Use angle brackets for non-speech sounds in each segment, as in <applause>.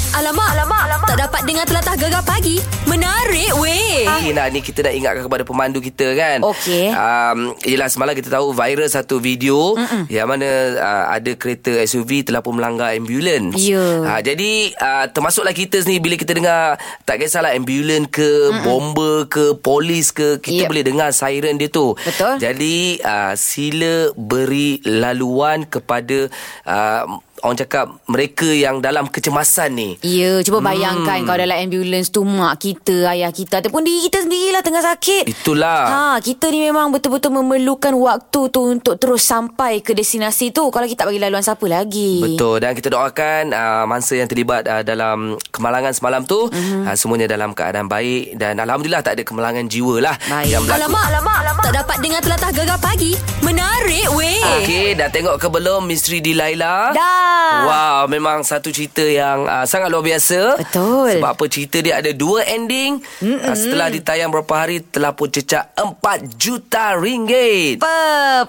Alamak, alamak, alamak. Tak dapat dengar telatah gegar pagi. Menarik weh. Eh, nak ni kita nak ingatkan kepada pemandu kita kan. Ah. Okey. Um, yelah semalam kita tahu viral satu video Mm-mm. yang mana uh, ada kereta SUV telah pun melanggar ambulans. Ya. Uh, jadi uh, termasuklah kita sendiri bila kita dengar tak kisahlah ambulans ke, Mm-mm. bomber ke, polis ke, kita Yep. boleh dengar siren dia tu. Betul. Jadi uh, sila beri laluan kepada uh, orang cakap mereka yang dalam kecemasan ni. Ya, cuba bayangkan hmm. kau dalam ambulans tu mak kita, ayah kita ataupun diri kita sendirilah tengah sakit. Itulah. Ha, kita ni memang betul-betul memerlukan waktu tu untuk terus sampai ke destinasi tu. Kalau kita tak bagi laluan siapa lagi. Betul dan kita doakan uh, mangsa yang terlibat uh, dalam kemalangan semalam tu mm-hmm. Mhm. uh, semuanya dalam keadaan baik dan alhamdulillah tak ada kemalangan jiwa lah Baik. yang berlaku. Alamak, alamak, alamak. Tak dapat dengar telatah gegar pagi. Menarik weh. Okey, dah tengok ke belum misteri di Laila? Dah. Wow, memang satu cerita yang uh, sangat luar biasa. Betul. Sebab apa cerita dia ada dua ending. Uh, setelah ditayang berapa hari telah pun cecah 4 juta ringgit. Apa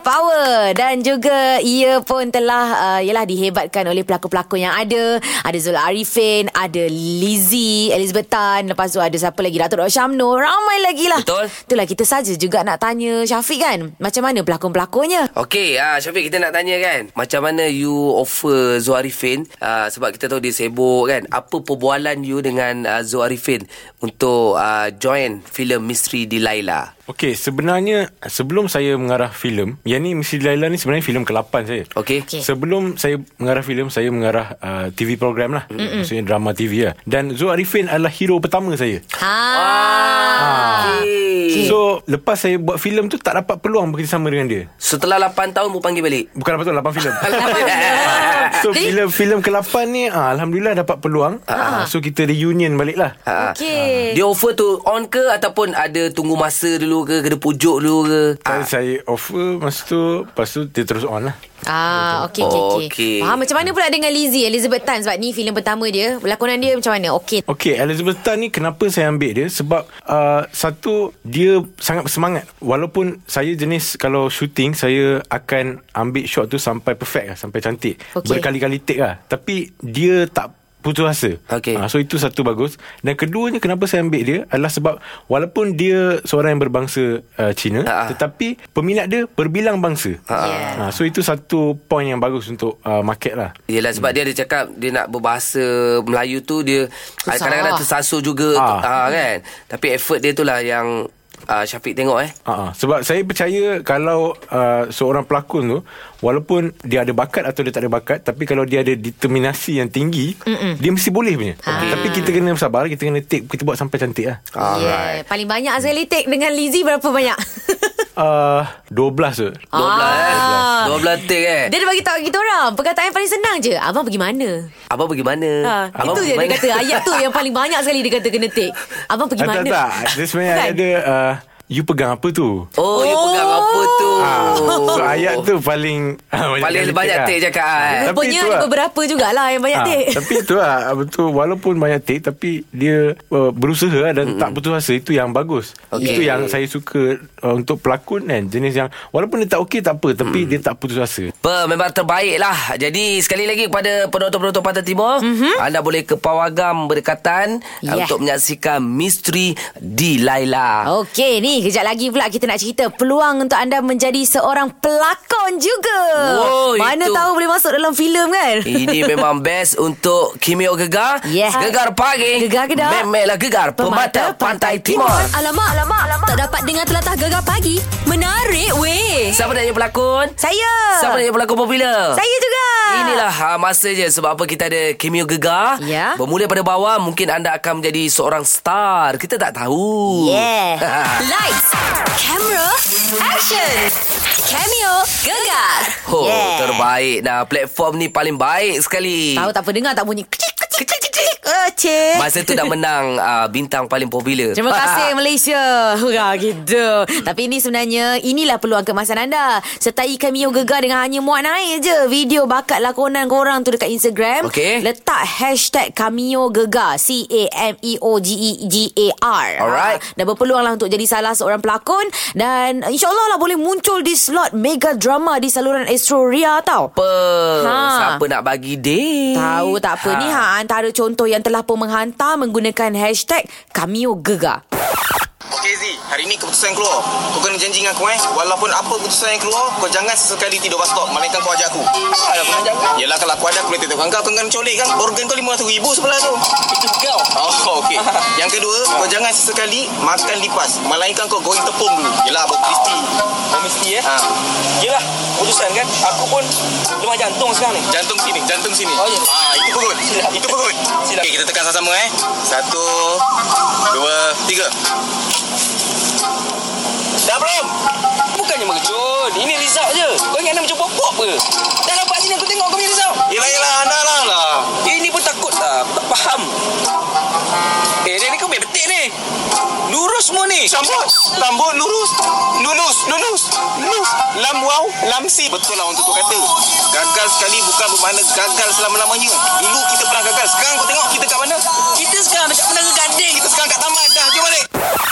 power dan juga ia pun telah uh, ialah dihebatkan oleh pelakon-pelakon yang ada. Ada Zul Arifin, ada Lizzie, Elizabeth Tan, lepas tu ada siapa lagi Datuk Dr. Syamno, ramai lagi lah. Betul. Itulah kita saja juga nak tanya Syafiq kan, macam mana pelakon-pelakonnya? Okey, ah Syafiq kita nak tanya kan, macam mana you offer Zul Arifin ah, sebab kita tahu dia sibuk kan. Apa perbualan you dengan ah, Zul Arifin untuk ah, join filem Misteri di Laila? Okey, sebenarnya sebelum saya mengarah filem, yang ni Misi Laila ni sebenarnya filem ke-8 saya. Okey. Okey. Sebelum saya mengarah filem, saya mengarah uh, TV program lah. Mm-mm. Maksudnya drama TV lah. Dan Zul Arifin adalah hero pertama saya. Ha. Ah. Okay. So, lepas saya buat filem tu tak dapat peluang bekerjasama dengan dia. Setelah 8 tahun pun panggil balik. Bukan dapat tu 8 <laughs> filem. so filem filem ke-8 ni ah, alhamdulillah dapat peluang. Ah, so kita reunion balik lah. Ah, Okey. Dia offer tu on ke ataupun ada tunggu masa dulu ke kena pujuk dulu ke? Ah. Saya, saya offer masa tu Lepas tu dia terus on lah Ah, okey okey okey. Okey. Faham macam mana pula dengan Lizzie Elizabeth Tan sebab ni filem pertama dia. Lakonan dia macam mana? Okey. Okay Elizabeth Tan ni Kenapa saya ambil dia Sebab uh, Satu Dia sangat bersemangat Walaupun Saya jenis Kalau shooting Saya akan Ambil shot tu Sampai perfect lah Sampai cantik Okey. Berkali-kali take lah Tapi Dia tak putus asa Okey. Ah, So itu satu bagus Dan keduanya kenapa saya ambil dia Adalah sebab Walaupun dia Seorang yang berbangsa uh, Cina Ah, ah. Tetapi Peminat dia Berbilang bangsa Yeah. Ah, So itu satu Point yang bagus Untuk uh, market lah Yelah sebab hmm. dia ada cakap dia nak berbahasa Melayu tu dia ah, Susah. lah. kadang-kadang tersasul juga ah. Ah. Ah, kan. Tapi effort dia tu lah yang ah, Syafiq tengok eh. Uh-huh. Sebab saya percaya kalau uh, seorang pelakon tu walaupun dia ada bakat atau dia tak ada bakat tapi kalau dia ada determinasi yang tinggi Mm-mm. dia mesti boleh punya. Ah. Okay. Tapi kita kena sabar, kita kena take kita buat sampai cantik lah. Yeah. Paling banyak Azali take dengan Lizzie berapa banyak? <laughs> Uh, 12 tu. 12 Ah. eh. 12 take eh. Dia ada bagi tahu kita orang Perkataan yang paling senang je Abang pergi mana Abang pergi mana? ha, Abang Itu pergi je dia mana? kata Ayat tu yang paling banyak sekali Dia kata kena take Abang pergi Ah, mana tak tak. <laughs> Dia sebenarnya Bukan? ada uh, you pegang apa tu? <laughs> Oh, you pegang apa tu? Ah, Oh. so ayat tu paling ah, Paling banyak take cakap eh. lah. Tapi Rupanya tu ada lah. beberapa jugalah Yang banyak take Ha, <laughs> tapi itu lah Betul Walaupun banyak take Tapi dia uh, Berusaha lah Dan mm-hmm. tak putus asa Itu yang bagus Okey. okay. Itu yang saya suka uh, Untuk pelakon kan Jenis yang Walaupun dia tak okey Tak apa Tapi mm. dia tak putus asa Apa, memang terbaik lah. Jadi sekali lagi kepada penonton-penonton Pantai Timur, Mhm. mm-hmm. anda boleh ke Pawagam berdekatan Yeah. yeah. untuk menyaksikan misteri di ha. Laila. Okey ni kejap lagi pula kita nak cerita peluang untuk anda menjadi seorang pelakon juga. Wow, Mana itu. tahu boleh masuk dalam filem kan? <laughs> Ini memang best untuk Kimio Gegar. Yeah. Gegar pagi. Gegar ke dak? Memelah gegar pemata Pantai Timur. Alamak, alamak, alamak. Tak dapat dengar telatah gegar pagi. Menarik weh. Siapa nak jadi pelakon? Saya. Siapa nak jadi pelakon popular? Saya juga. Inilah ha, masa je sebab apa kita ada cameo gegar. Ya. Bermula pada bawah mungkin anda akan menjadi seorang star. Kita tak tahu. <laughs> Yeah. Lights, camera, action. Cameo, gegar. <laughs> Oh, yeah. terbaik dah. Platform ni paling baik sekali. Tahu tak apa dengar tak bunyi kecik kecik kecik kecik. Oh, cik. Masa tu dah menang <laughs> uh, bintang paling popular. <laughs> Terima kasih Malaysia. Hurrah gitu. Tapi ini sebenarnya inilah peluang kemasan anda. Sertai cameo gegar dengan hanya muat naik je. Video bakat lakonan korang tu dekat Instagram. Okey. Letak hashtag cameo gegar. E C-A-M-E-O-G-E-G-A-R. Alright. Ha, Dah berpeluang lah untuk jadi salah seorang pelakon. Dan insyaAllah lah boleh muncul di slot mega drama di saluran Astro Ria tau. Apa? Ha. Siapa nak bagi date? Tahu tak apa ha. ni ha antara contoh yang yang telah pun menghantar menggunakan hashtag Cameo Gegar. Okay Z, hari ni keputusan keluar. Kau kena janji dengan aku eh. Walaupun apa keputusan yang keluar, kau jangan sesekali tidur bus stop. Malaikan kau ajak aku. Apa lah aku ajak kau? Yelah kalau aku ada, aku boleh tengok kau. Kau kena colik kan. Organ kau RM500,000 sebelah tu. Itu kau. Oh, okey. <laughs> yang kedua, kau jangan sesekali makan lipas. Malaikan kau goreng tepung dulu. Yelah, buat crispy. Kau mesti eh Ha. Yelah Urusan kan Aku pun Lemah jantung sekarang ni Jantung sini, jantung sini. Oh, ya. Ha, itu <laughs> perut. Silap. Itu perut. Silap. Okey, kita tekan sama-sama eh. Satu, dua, tiga. Dah belum? Bukannya mengecut Ini result je Kau ingat nak macam popok ke Dah nampak sini aku tengok kau punya result Yelah, yelah, anda lah lah. Ini pun takut lah Aku tak faham Eh dia ni kau main betik ni Lurus semua ni Sambut Sambut lurus Lulus Lulus Lulus Lam wow Lam si Betul lah untuk tu kata Gagal sekali bukan bermakna gagal selama-lamanya Dulu kita pernah gagal Sekarang kau tengok kita kat mana Kita sekarang dekat menara gading Kita sekarang kat taman dah Jom balik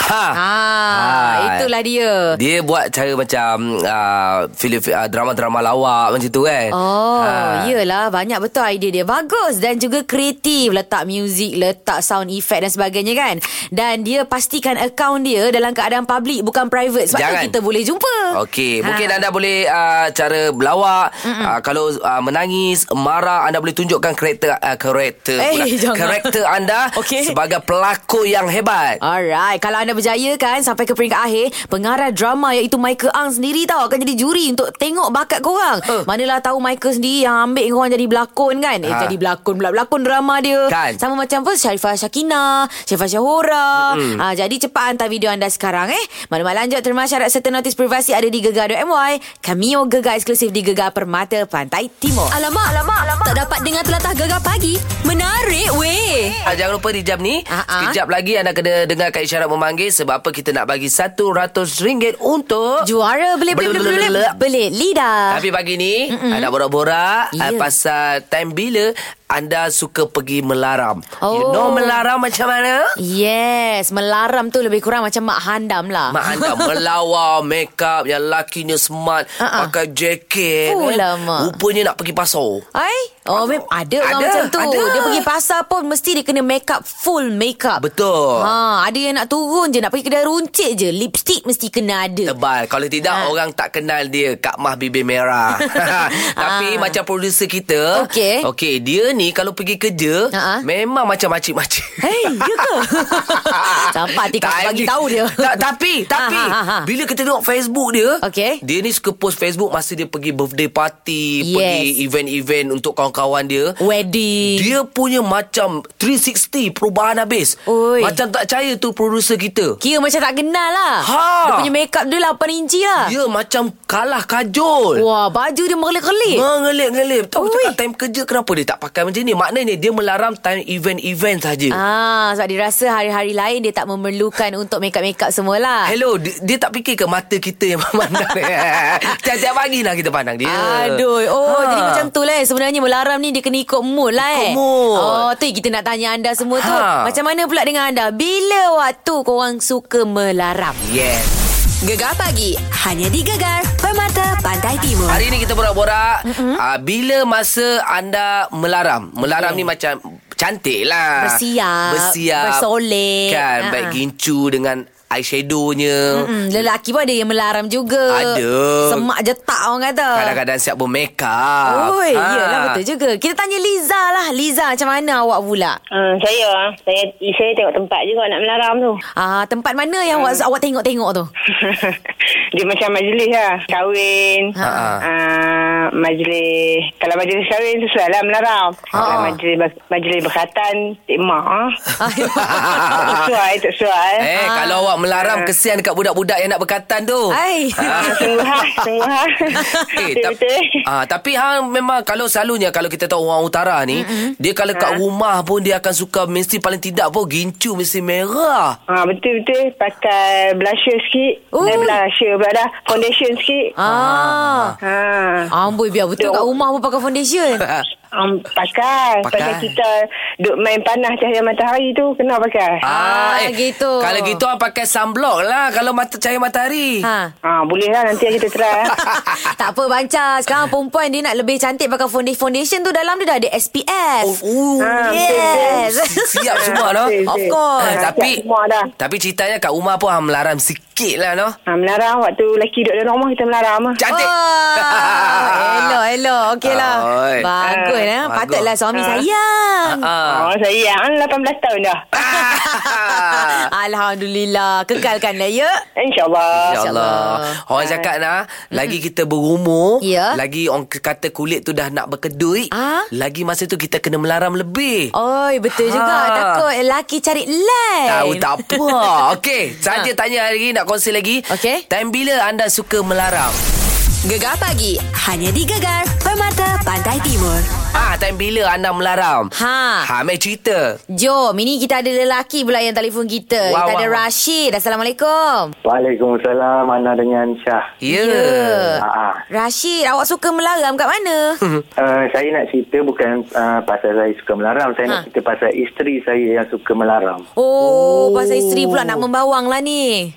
Ha. Ah, ah itulah dia. Dia buat cara macam uh, filem uh, drama-drama lawak macam tu kan. Oh, iyalah banyak betul idea dia. Bagus dan juga kreatif. Letak muzik, letak sound effect dan sebagainya kan. Dan dia pastikan akaun dia dalam keadaan public bukan private sebab Jangan. tu kita boleh jumpa. Ha. Okey, mungkin anda boleh uh, cara berlawak. Uh, kalau uh, menangis, marah, anda boleh tunjukkan karakter uh, karakter Eh, pula. <laughs> jangan. karakter anda <laughs> Okey. sebagai pelakon yang hebat. Alright, kalau anda berjaya kan sampai ke peringkat akhir, pengarah drama iaitu Michael Ang sendiri tau akan jadi juri untuk tengok bakat korang. Eh. Manalah tahu Michael sendiri yang ambil korang jadi berlakon kan. Eh, Ha. jadi berlakon pula berlakon drama dia. Kan. Sama macam pun Sharifah Syakina, Sharifah Syahora. Mm. Ha, jadi cepat hantar video anda sekarang eh. Maklumat lanjut terma syarat serta notis privasi ada di gegar.my. Cameo Gegar eksklusif di Gegar Permata Pantai Timur. Alamak, alamak, alamak. Tak dapat dengar telatah gegar pagi. Menarik weh. Ah, jangan lupa di jam ni Ah, ah. Sekejap lagi anda kena dengarkan isyarat memanggil Sebab apa kita nak bagi RM100 untuk Juara belit belit belit belit, belit, belit lidah. Tapi pagi ni mm Nak borak-borak Ya. yeah. Pasal time bila Anda suka pergi melaram Oh. Ya. You know melaram macam mana? Yes, melaram tu lebih kurang macam mak handam lah. Mak anda <laughs> melawa Make up Yang lakinya smart Ah, ah. uh-uh. Pakai jaket Oh, eh. lama. Rupanya nak pergi pasar Hai? Oh, mem- ada orang Ada, macam tu. ada. Dia pergi pasar pun mesti dia kena make up full make up. Betul ha. Ha, ada yang nak turun je, nak pergi kedai runcit je, lipstick mesti kena ada. Tebal Kalau tidak Ha. Orang tak kenal dia Kak Mah bibir <laughs> merah <laughs> Tapi Ha. macam producer kita Okey. Okey Dia ni kalau pergi kerja Ha, ha. Memang macam makcik-makcik Hei, ya <laughs> ke? Nampak hati kakak Tak, bagi tahu dia. tak, Tapi Tapi Ha, ha, ha, ha. Bila kita tengok Facebook dia Okey. Dia ni suka post Facebook Masa dia pergi birthday party Yes. Pergi event-event Untuk kawan-kawan dia Wedding. Dia punya macam 360 perubahan habis. Oi. Macam tak percaya tu producer kita. Kira macam tak kenal lah. Ha. Ya. Dia punya make up dia 8 inci lah. Dia macam kalah kajol. Wah, baju dia mengelik-gelik. Mengelip-ngelip. Tahu Oi. cakap time kerja kenapa dia tak pakai macam ni? Maknanya dia melaram time event-event saja. Ah, sebab dia rasa hari-hari lain dia tak memerlukan untuk make up-make up semualah. Hello, dia, dia tak fikir ke mata kita yang <laughs> memandang dia? Tiap-tiap pagi lah kita pandang dia. Aduh Oh ha. jadi macam tu lah eh. Sebenarnya melaram ni Dia kena ikut mood lah eh Ikut mood. Oh tu yang kita nak tanya anda semua tu Ha. Macam mana pula dengan anda Bila waktu korang suka melaram Yes. Gegar pagi. Hanya di Gegar. Permata Pantai Timur. Hari ni kita borak-borak mm-hmm. uh, Bila masa anda melaram Melaram ni macam Cantik Mm. lah Bersiap, Bersiap bersolek. Kan Ha. uh-huh. Baik gincu dengan Eyeshadownya mm-hmm. hmm, Lelaki pun ada yang melaram juga Ada. Semak jetak orang kata Kadang-kadang siap Ah. bermake up Oi, ha. Yelah betul juga Kita tanya Liza lah Liza macam mana awak pula Uh, saya ah, saya saya tengok tempat je kot nak melaram tu. <laughs> Ah, Tempat mana yang Hmm. awak, awak tengok-tengok tu dia macam majlis lah Kahwin Ha. uh, Majlis Kalau majlis kahwin Sesuai lah melaram Ha, Kalau majlis, ber- majlis berkatan <laughs> Tema ah. Sesuai tak sesuai Eh Ah. kalau awak melaram Kesian dekat budak-budak Yang nak berkatan tu Hai <laughs> Ah, Sungguh lah Sungguh lah <laughs> Eh, tapi, Betul-betul ah, tapi hang memang kalau selalunya kalau kita tahu orang utara ni mm-hmm. dia kalau kat rumah pun dia akan suka mesti paling tidak pun gincu mesti merah. Ha, betul-betul pakai blusher sikit Ui. Dan blusher pula dah Foundation sikit Ah, ha. Amboi biar betul Dia- <laughs> kat rumah pun pakai foundation Um, Pakai. pakai. pakai. Pasal kita duk main panas cahaya matahari tu kena pakai. Ah, Ah, gitu. eh, Kalau gitu hang pakai sunblock lah kalau mata cahaya matahari. Ha. Ha. ah boleh lah nanti kita try. ah. <laughs> tak apa Banca Sekarang perempuan dia nak lebih cantik Pakai foundation Foundation tu dalam dia dah ada SPF Oh, oh. Ah, Yes Siap semua dah. betul, <laughs> lah. Of betul. course. Eh, Ah, tapi siap semua dah. tapi ceritanya kat rumah pun hang melaram sikit lah noh. Ha, melarang waktu lelaki duduk dalam rumah kita melarang lah. Cantik. Wah, Oh, <laughs> elok, elok. Okey lah. Oi. Bagus, eh. Bagus. Patutlah suami sayang. <laughs> Ah. Oh, saya kan 18 tahun dah. Ah. Alhamdulillah. Kekalkanlah, ya. InsyaAllah. InsyaAllah Orang cakap lah Lagi kita berumur Ya. Lagi orang kata kulit tu dah nak berkedut Ah. Lagi masa tu kita kena melaram lebih Oi, betul Ha. juga. Takut lelaki cari lain. Tahu tak <laughs> apa Okey Saja tanya hari ni Nak kongsi lagi Ha. Okey. Time bila anda suka melaram Gegar pagi hanya di Gegar Permata Pantai Timur. Ah, time bila anda melaram Ha. Ha, main cerita Jom, ini kita ada lelaki pula yang telefon kita. Wah, kita wah, ada wah. Rashid. Assalamualaikum. Waalaikumsalam Ana dengan Syah Ya Ah, ah. Rashid, awak suka melaram kat <laughs> mana? uh, Saya nak cerita bukan uh, pasal saya suka melarang Saya ha. nak Ha. cerita pasal isteri saya yang suka melarang Oh, pasal isteri pula nak membawang lah <laughs> ni.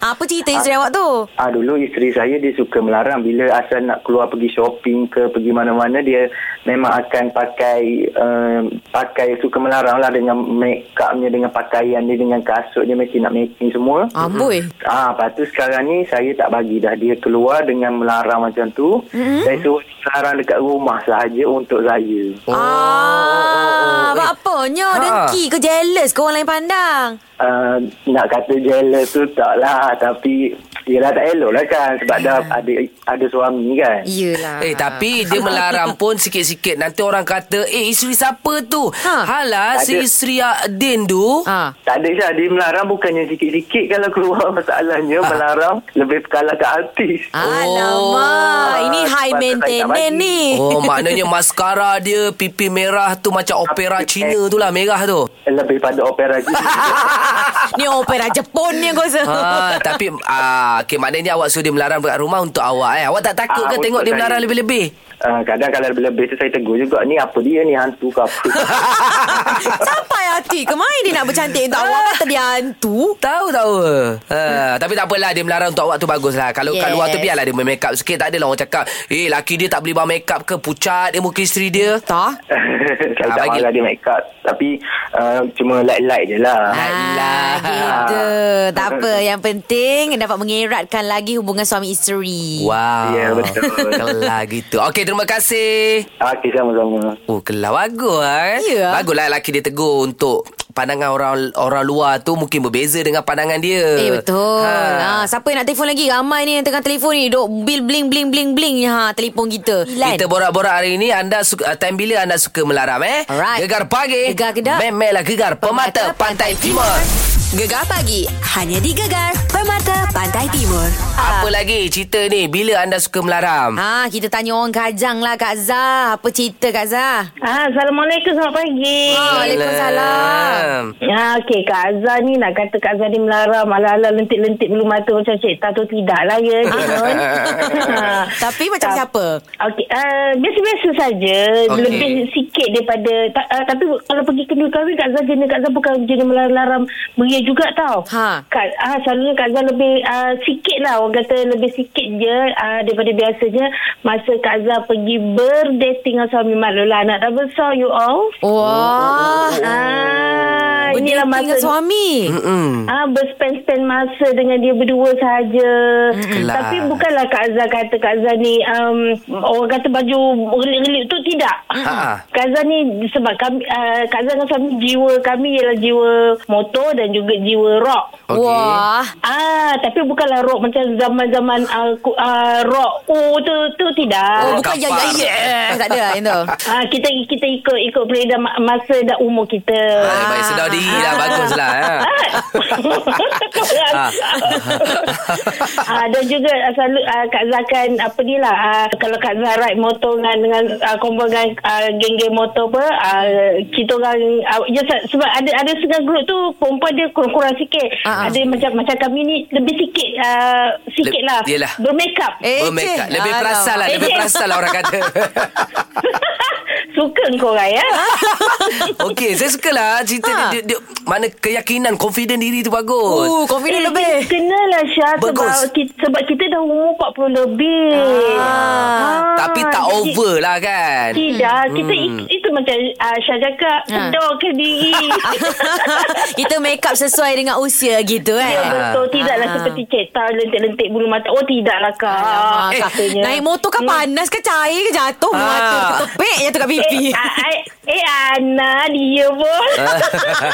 Apa cerita isteri awak tu? Ah dulu isteri saya dia suka melarang bila asal nak keluar pergi shopping ke pergi mana-mana dia memang akan pakai um, pakai suka melarang lah dengan make upnya dengan pakaian dia dengan kasut dia mesti nak making semua. Amboi. Ah, lepas tu sekarang ni saya tak bagi dah dia keluar dengan melarang macam tu. Mm-hmm. Saya suruh dia melarang dekat rumah sahaja untuk saya. Oh, oh, ah, buat apanya? Ha. Dengki ke jealous ke orang lain pandang? Uh, nak kata jealous tu tak lah tapi yelah tak elok lah kan sebab dah Ya. ada ada suami kan. Yelah. Eh tapi dia <laughs> melarang pun sikit-sikit Nanti orang kata Eh isteri siapa tu Ha. ha. Halah Tak si ada. isteri Din tu ha. Ha. Tak ada Syah, dia melarang bukannya sikit-sikit kalau keluar <laughs> masalahnya Ah. melarang lebih kalah ke artis. Alamak, Oh. ini high Sebab tu saya tak maintenance bagi. ni. Oh maknanya maskara dia Pipi merah tu macam opera Cina tu lah Merah tu Lebih pada opera je. <laughs> <laughs> Ni opera Jepun ni aku rasa. ha, Tapi ah, okay, Maknanya awak suruh dia melarang dekat rumah Untuk awak eh Awak tak takut Ah, ke untuk tengok dia saya. melarang lebih-lebih Uh, kadang kalau lebih-lebih tu saya tegur juga ni apa dia ni hantu ke apa. Sampai hati ke mai dia nak bercantik untuk awak kan kata dia hantu. Tahu tahu. Ha, tapi tak apalah dia melarang untuk awak tu baguslah. Kalau yes. kat luar tu Yes. biarlah dia make up sikit. Tak adalah orang cakap, "Eh, laki dia tak beli bahan make up ke pucat dia muka isteri dia." Tak. <laughs> saya <laughs> Ah, tak bagi. marah dia make up tapi uh, cuma light-light je lah. Ah, gitu. Tak apa. Yang penting dapat mengeratkan lagi hubungan suami isteri. Wow. Ya, <laughs> betul. Kelah gitu. Okey, terima kasih. Ah, Okey sama-sama. Oh, kelah bagus eh. Ya. Baguslah laki dia tegur untuk pandangan orang orang luar tu mungkin berbeza dengan pandangan dia. Eh betul. Ha. siapa yang nak telefon lagi? Ramai ni yang tengah telefon ni. Dok bil bling bling bling bling ni ha telefon kita. Kita borak-borak hari ini Anda suka, uh, Time bila anda suka melaram eh Alright. Gegar pagi Gegar kedap. Memelah gegar Pemata, Pantai Timur. Gegar pagi hanya di Gegar Permata Pantai Timur. Ah. Apa lagi cerita ni Bila anda suka melaram Ha, ha? kita tanya orang Kajang lah Kak Zah. Apa cerita Kak Zah? Ah, Assalamualaikum, selamat pagi. Waalaikumsalam. Hmm. Ya, okey. Kak Azhar ni nak kata Kak Azhar ni melarang ala-ala lentik-lentik bulu mata macam Cik Tato tidak lah ya. Cik Nun. Ah. Tapi macam Tak- siapa? Okey, uh, biasa-biasa saja. Okey. Okay. Lebih sikit daripada... Ta, uh, tapi kalau pergi kedua kahwin, Kak Zah jenis Kak Zah bukan jenis melarang beria juga tau. Ha. Kak, uh, selalunya Kak Zah lebih uh, sikit lah. Orang kata lebih sikit je uh, daripada biasanya. Masa Kak Zah pergi berdating dengan suami maklulah. Anak dah besar, you all. oh, Wah. Ah, inilah Berdating masa dengan suami. Hmm. Ah, berspend-spend masa dengan dia berdua sahaja. Hmm. Kelas. Tapi bukanlah Kak Azhar kata Kak Azhar ni um, orang kata baju relik-relik tu tidak. Ha. Kak Azhar ni sebab kami, uh, Kak Azhar dengan suami jiwa kami ialah jiwa motor dan juga jiwa rock. Okey. Wah. Ah, tapi bukanlah rock macam zaman-zaman uh, ku- uh, rock. Oh, tu tu tidak. Oh, bukan ya ya ya. Tak ada yang tu. Ah, kita kita ikut ikut peredaran ma- masa dan umur kita. Baik, baik sedar diri lah lah Bagus lah ya. Ah. Ah. <laughs> ah, dan juga ah, selalu ah, Kak Zah kan apa ni lah ah, kalau Kak Zah ride motor dengan, dengan ah, kumpul dengan ah, geng-geng motor apa ah, kita orang ah, ya, se- sebab ada ada setengah grup tu perempuan dia kurang-kurang sikit Ah, ah. ada macam macam kami ni lebih sikit ah, sikit Leb- lah yelah. bermake up Eh, Bermake up. cik. Lebih Alamak. perasan lah Lebih Eh, cik. perasan lah orang kata <laughs> <laughs> suka kau orang ya Ah. <laughs> Okey Saya sukalah Cerita Ha. dia, dia, dia Mana keyakinan Confident diri tu bagus Uh, confident lebih. <laughs> ke- Eh, Kenalah Syah sebab Bagus. kita, sebab kita dah umur 40 lebih. Ah, Tapi tak jadi- over lah kan Tidak, kita itu, itu macam ah, uh, Syah cakap, Ha. sedorkan diri. <laughs> Kita make up sesuai dengan usia gitu eh. Ha. Ya Oh, <laughs> betul, tidaklah Ah. seperti Cik Tar lentik-lentik bulu mata. Oh tidaklah Kak. Alamak, Eh, Hmm. Kak. Naik motor kan panas ke cair ke jatuh Ah. Jatuh ke tepik jatuh kat pipi <laughs> Eh, ah, ah, eh Ana dia <laughs> pun. <laughs>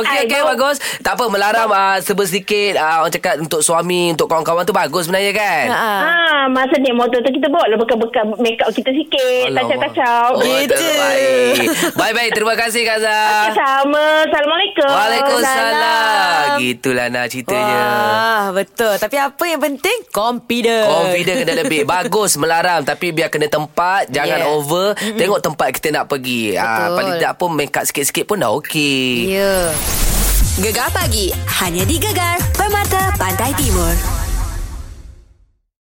Okey Ai, okey bau. bagus. Tak apa melaram uh, sebersedikit uh, orang cakap untuk suami untuk kawan-kawan tu bagus sebenarnya kan. Ha. Ah, masa naik motor tu kita bawa lah bekal-bekal make up kita sikit. Alamak. Kacau-kacau. Oh, Gitu. terbaik. <laughs> Baik-baik terima kasih Kak Zah. Sama. Assalamualaikum. Waalaikumsalam. Gitulah nak ceritanya. Wah, Ah, betul. Tapi apa yang penting confident. Confident kena lebih Bagus melaram Tapi biar kena tempat Jangan Yeah. over Tengok tempat kita nak pergi Ah, Betul. Paling tak pun Make up sikit-sikit pun dah <laughs> Ya. okey Yeah. Gegar pagi hanya di Gegar Permata Pantai Timur.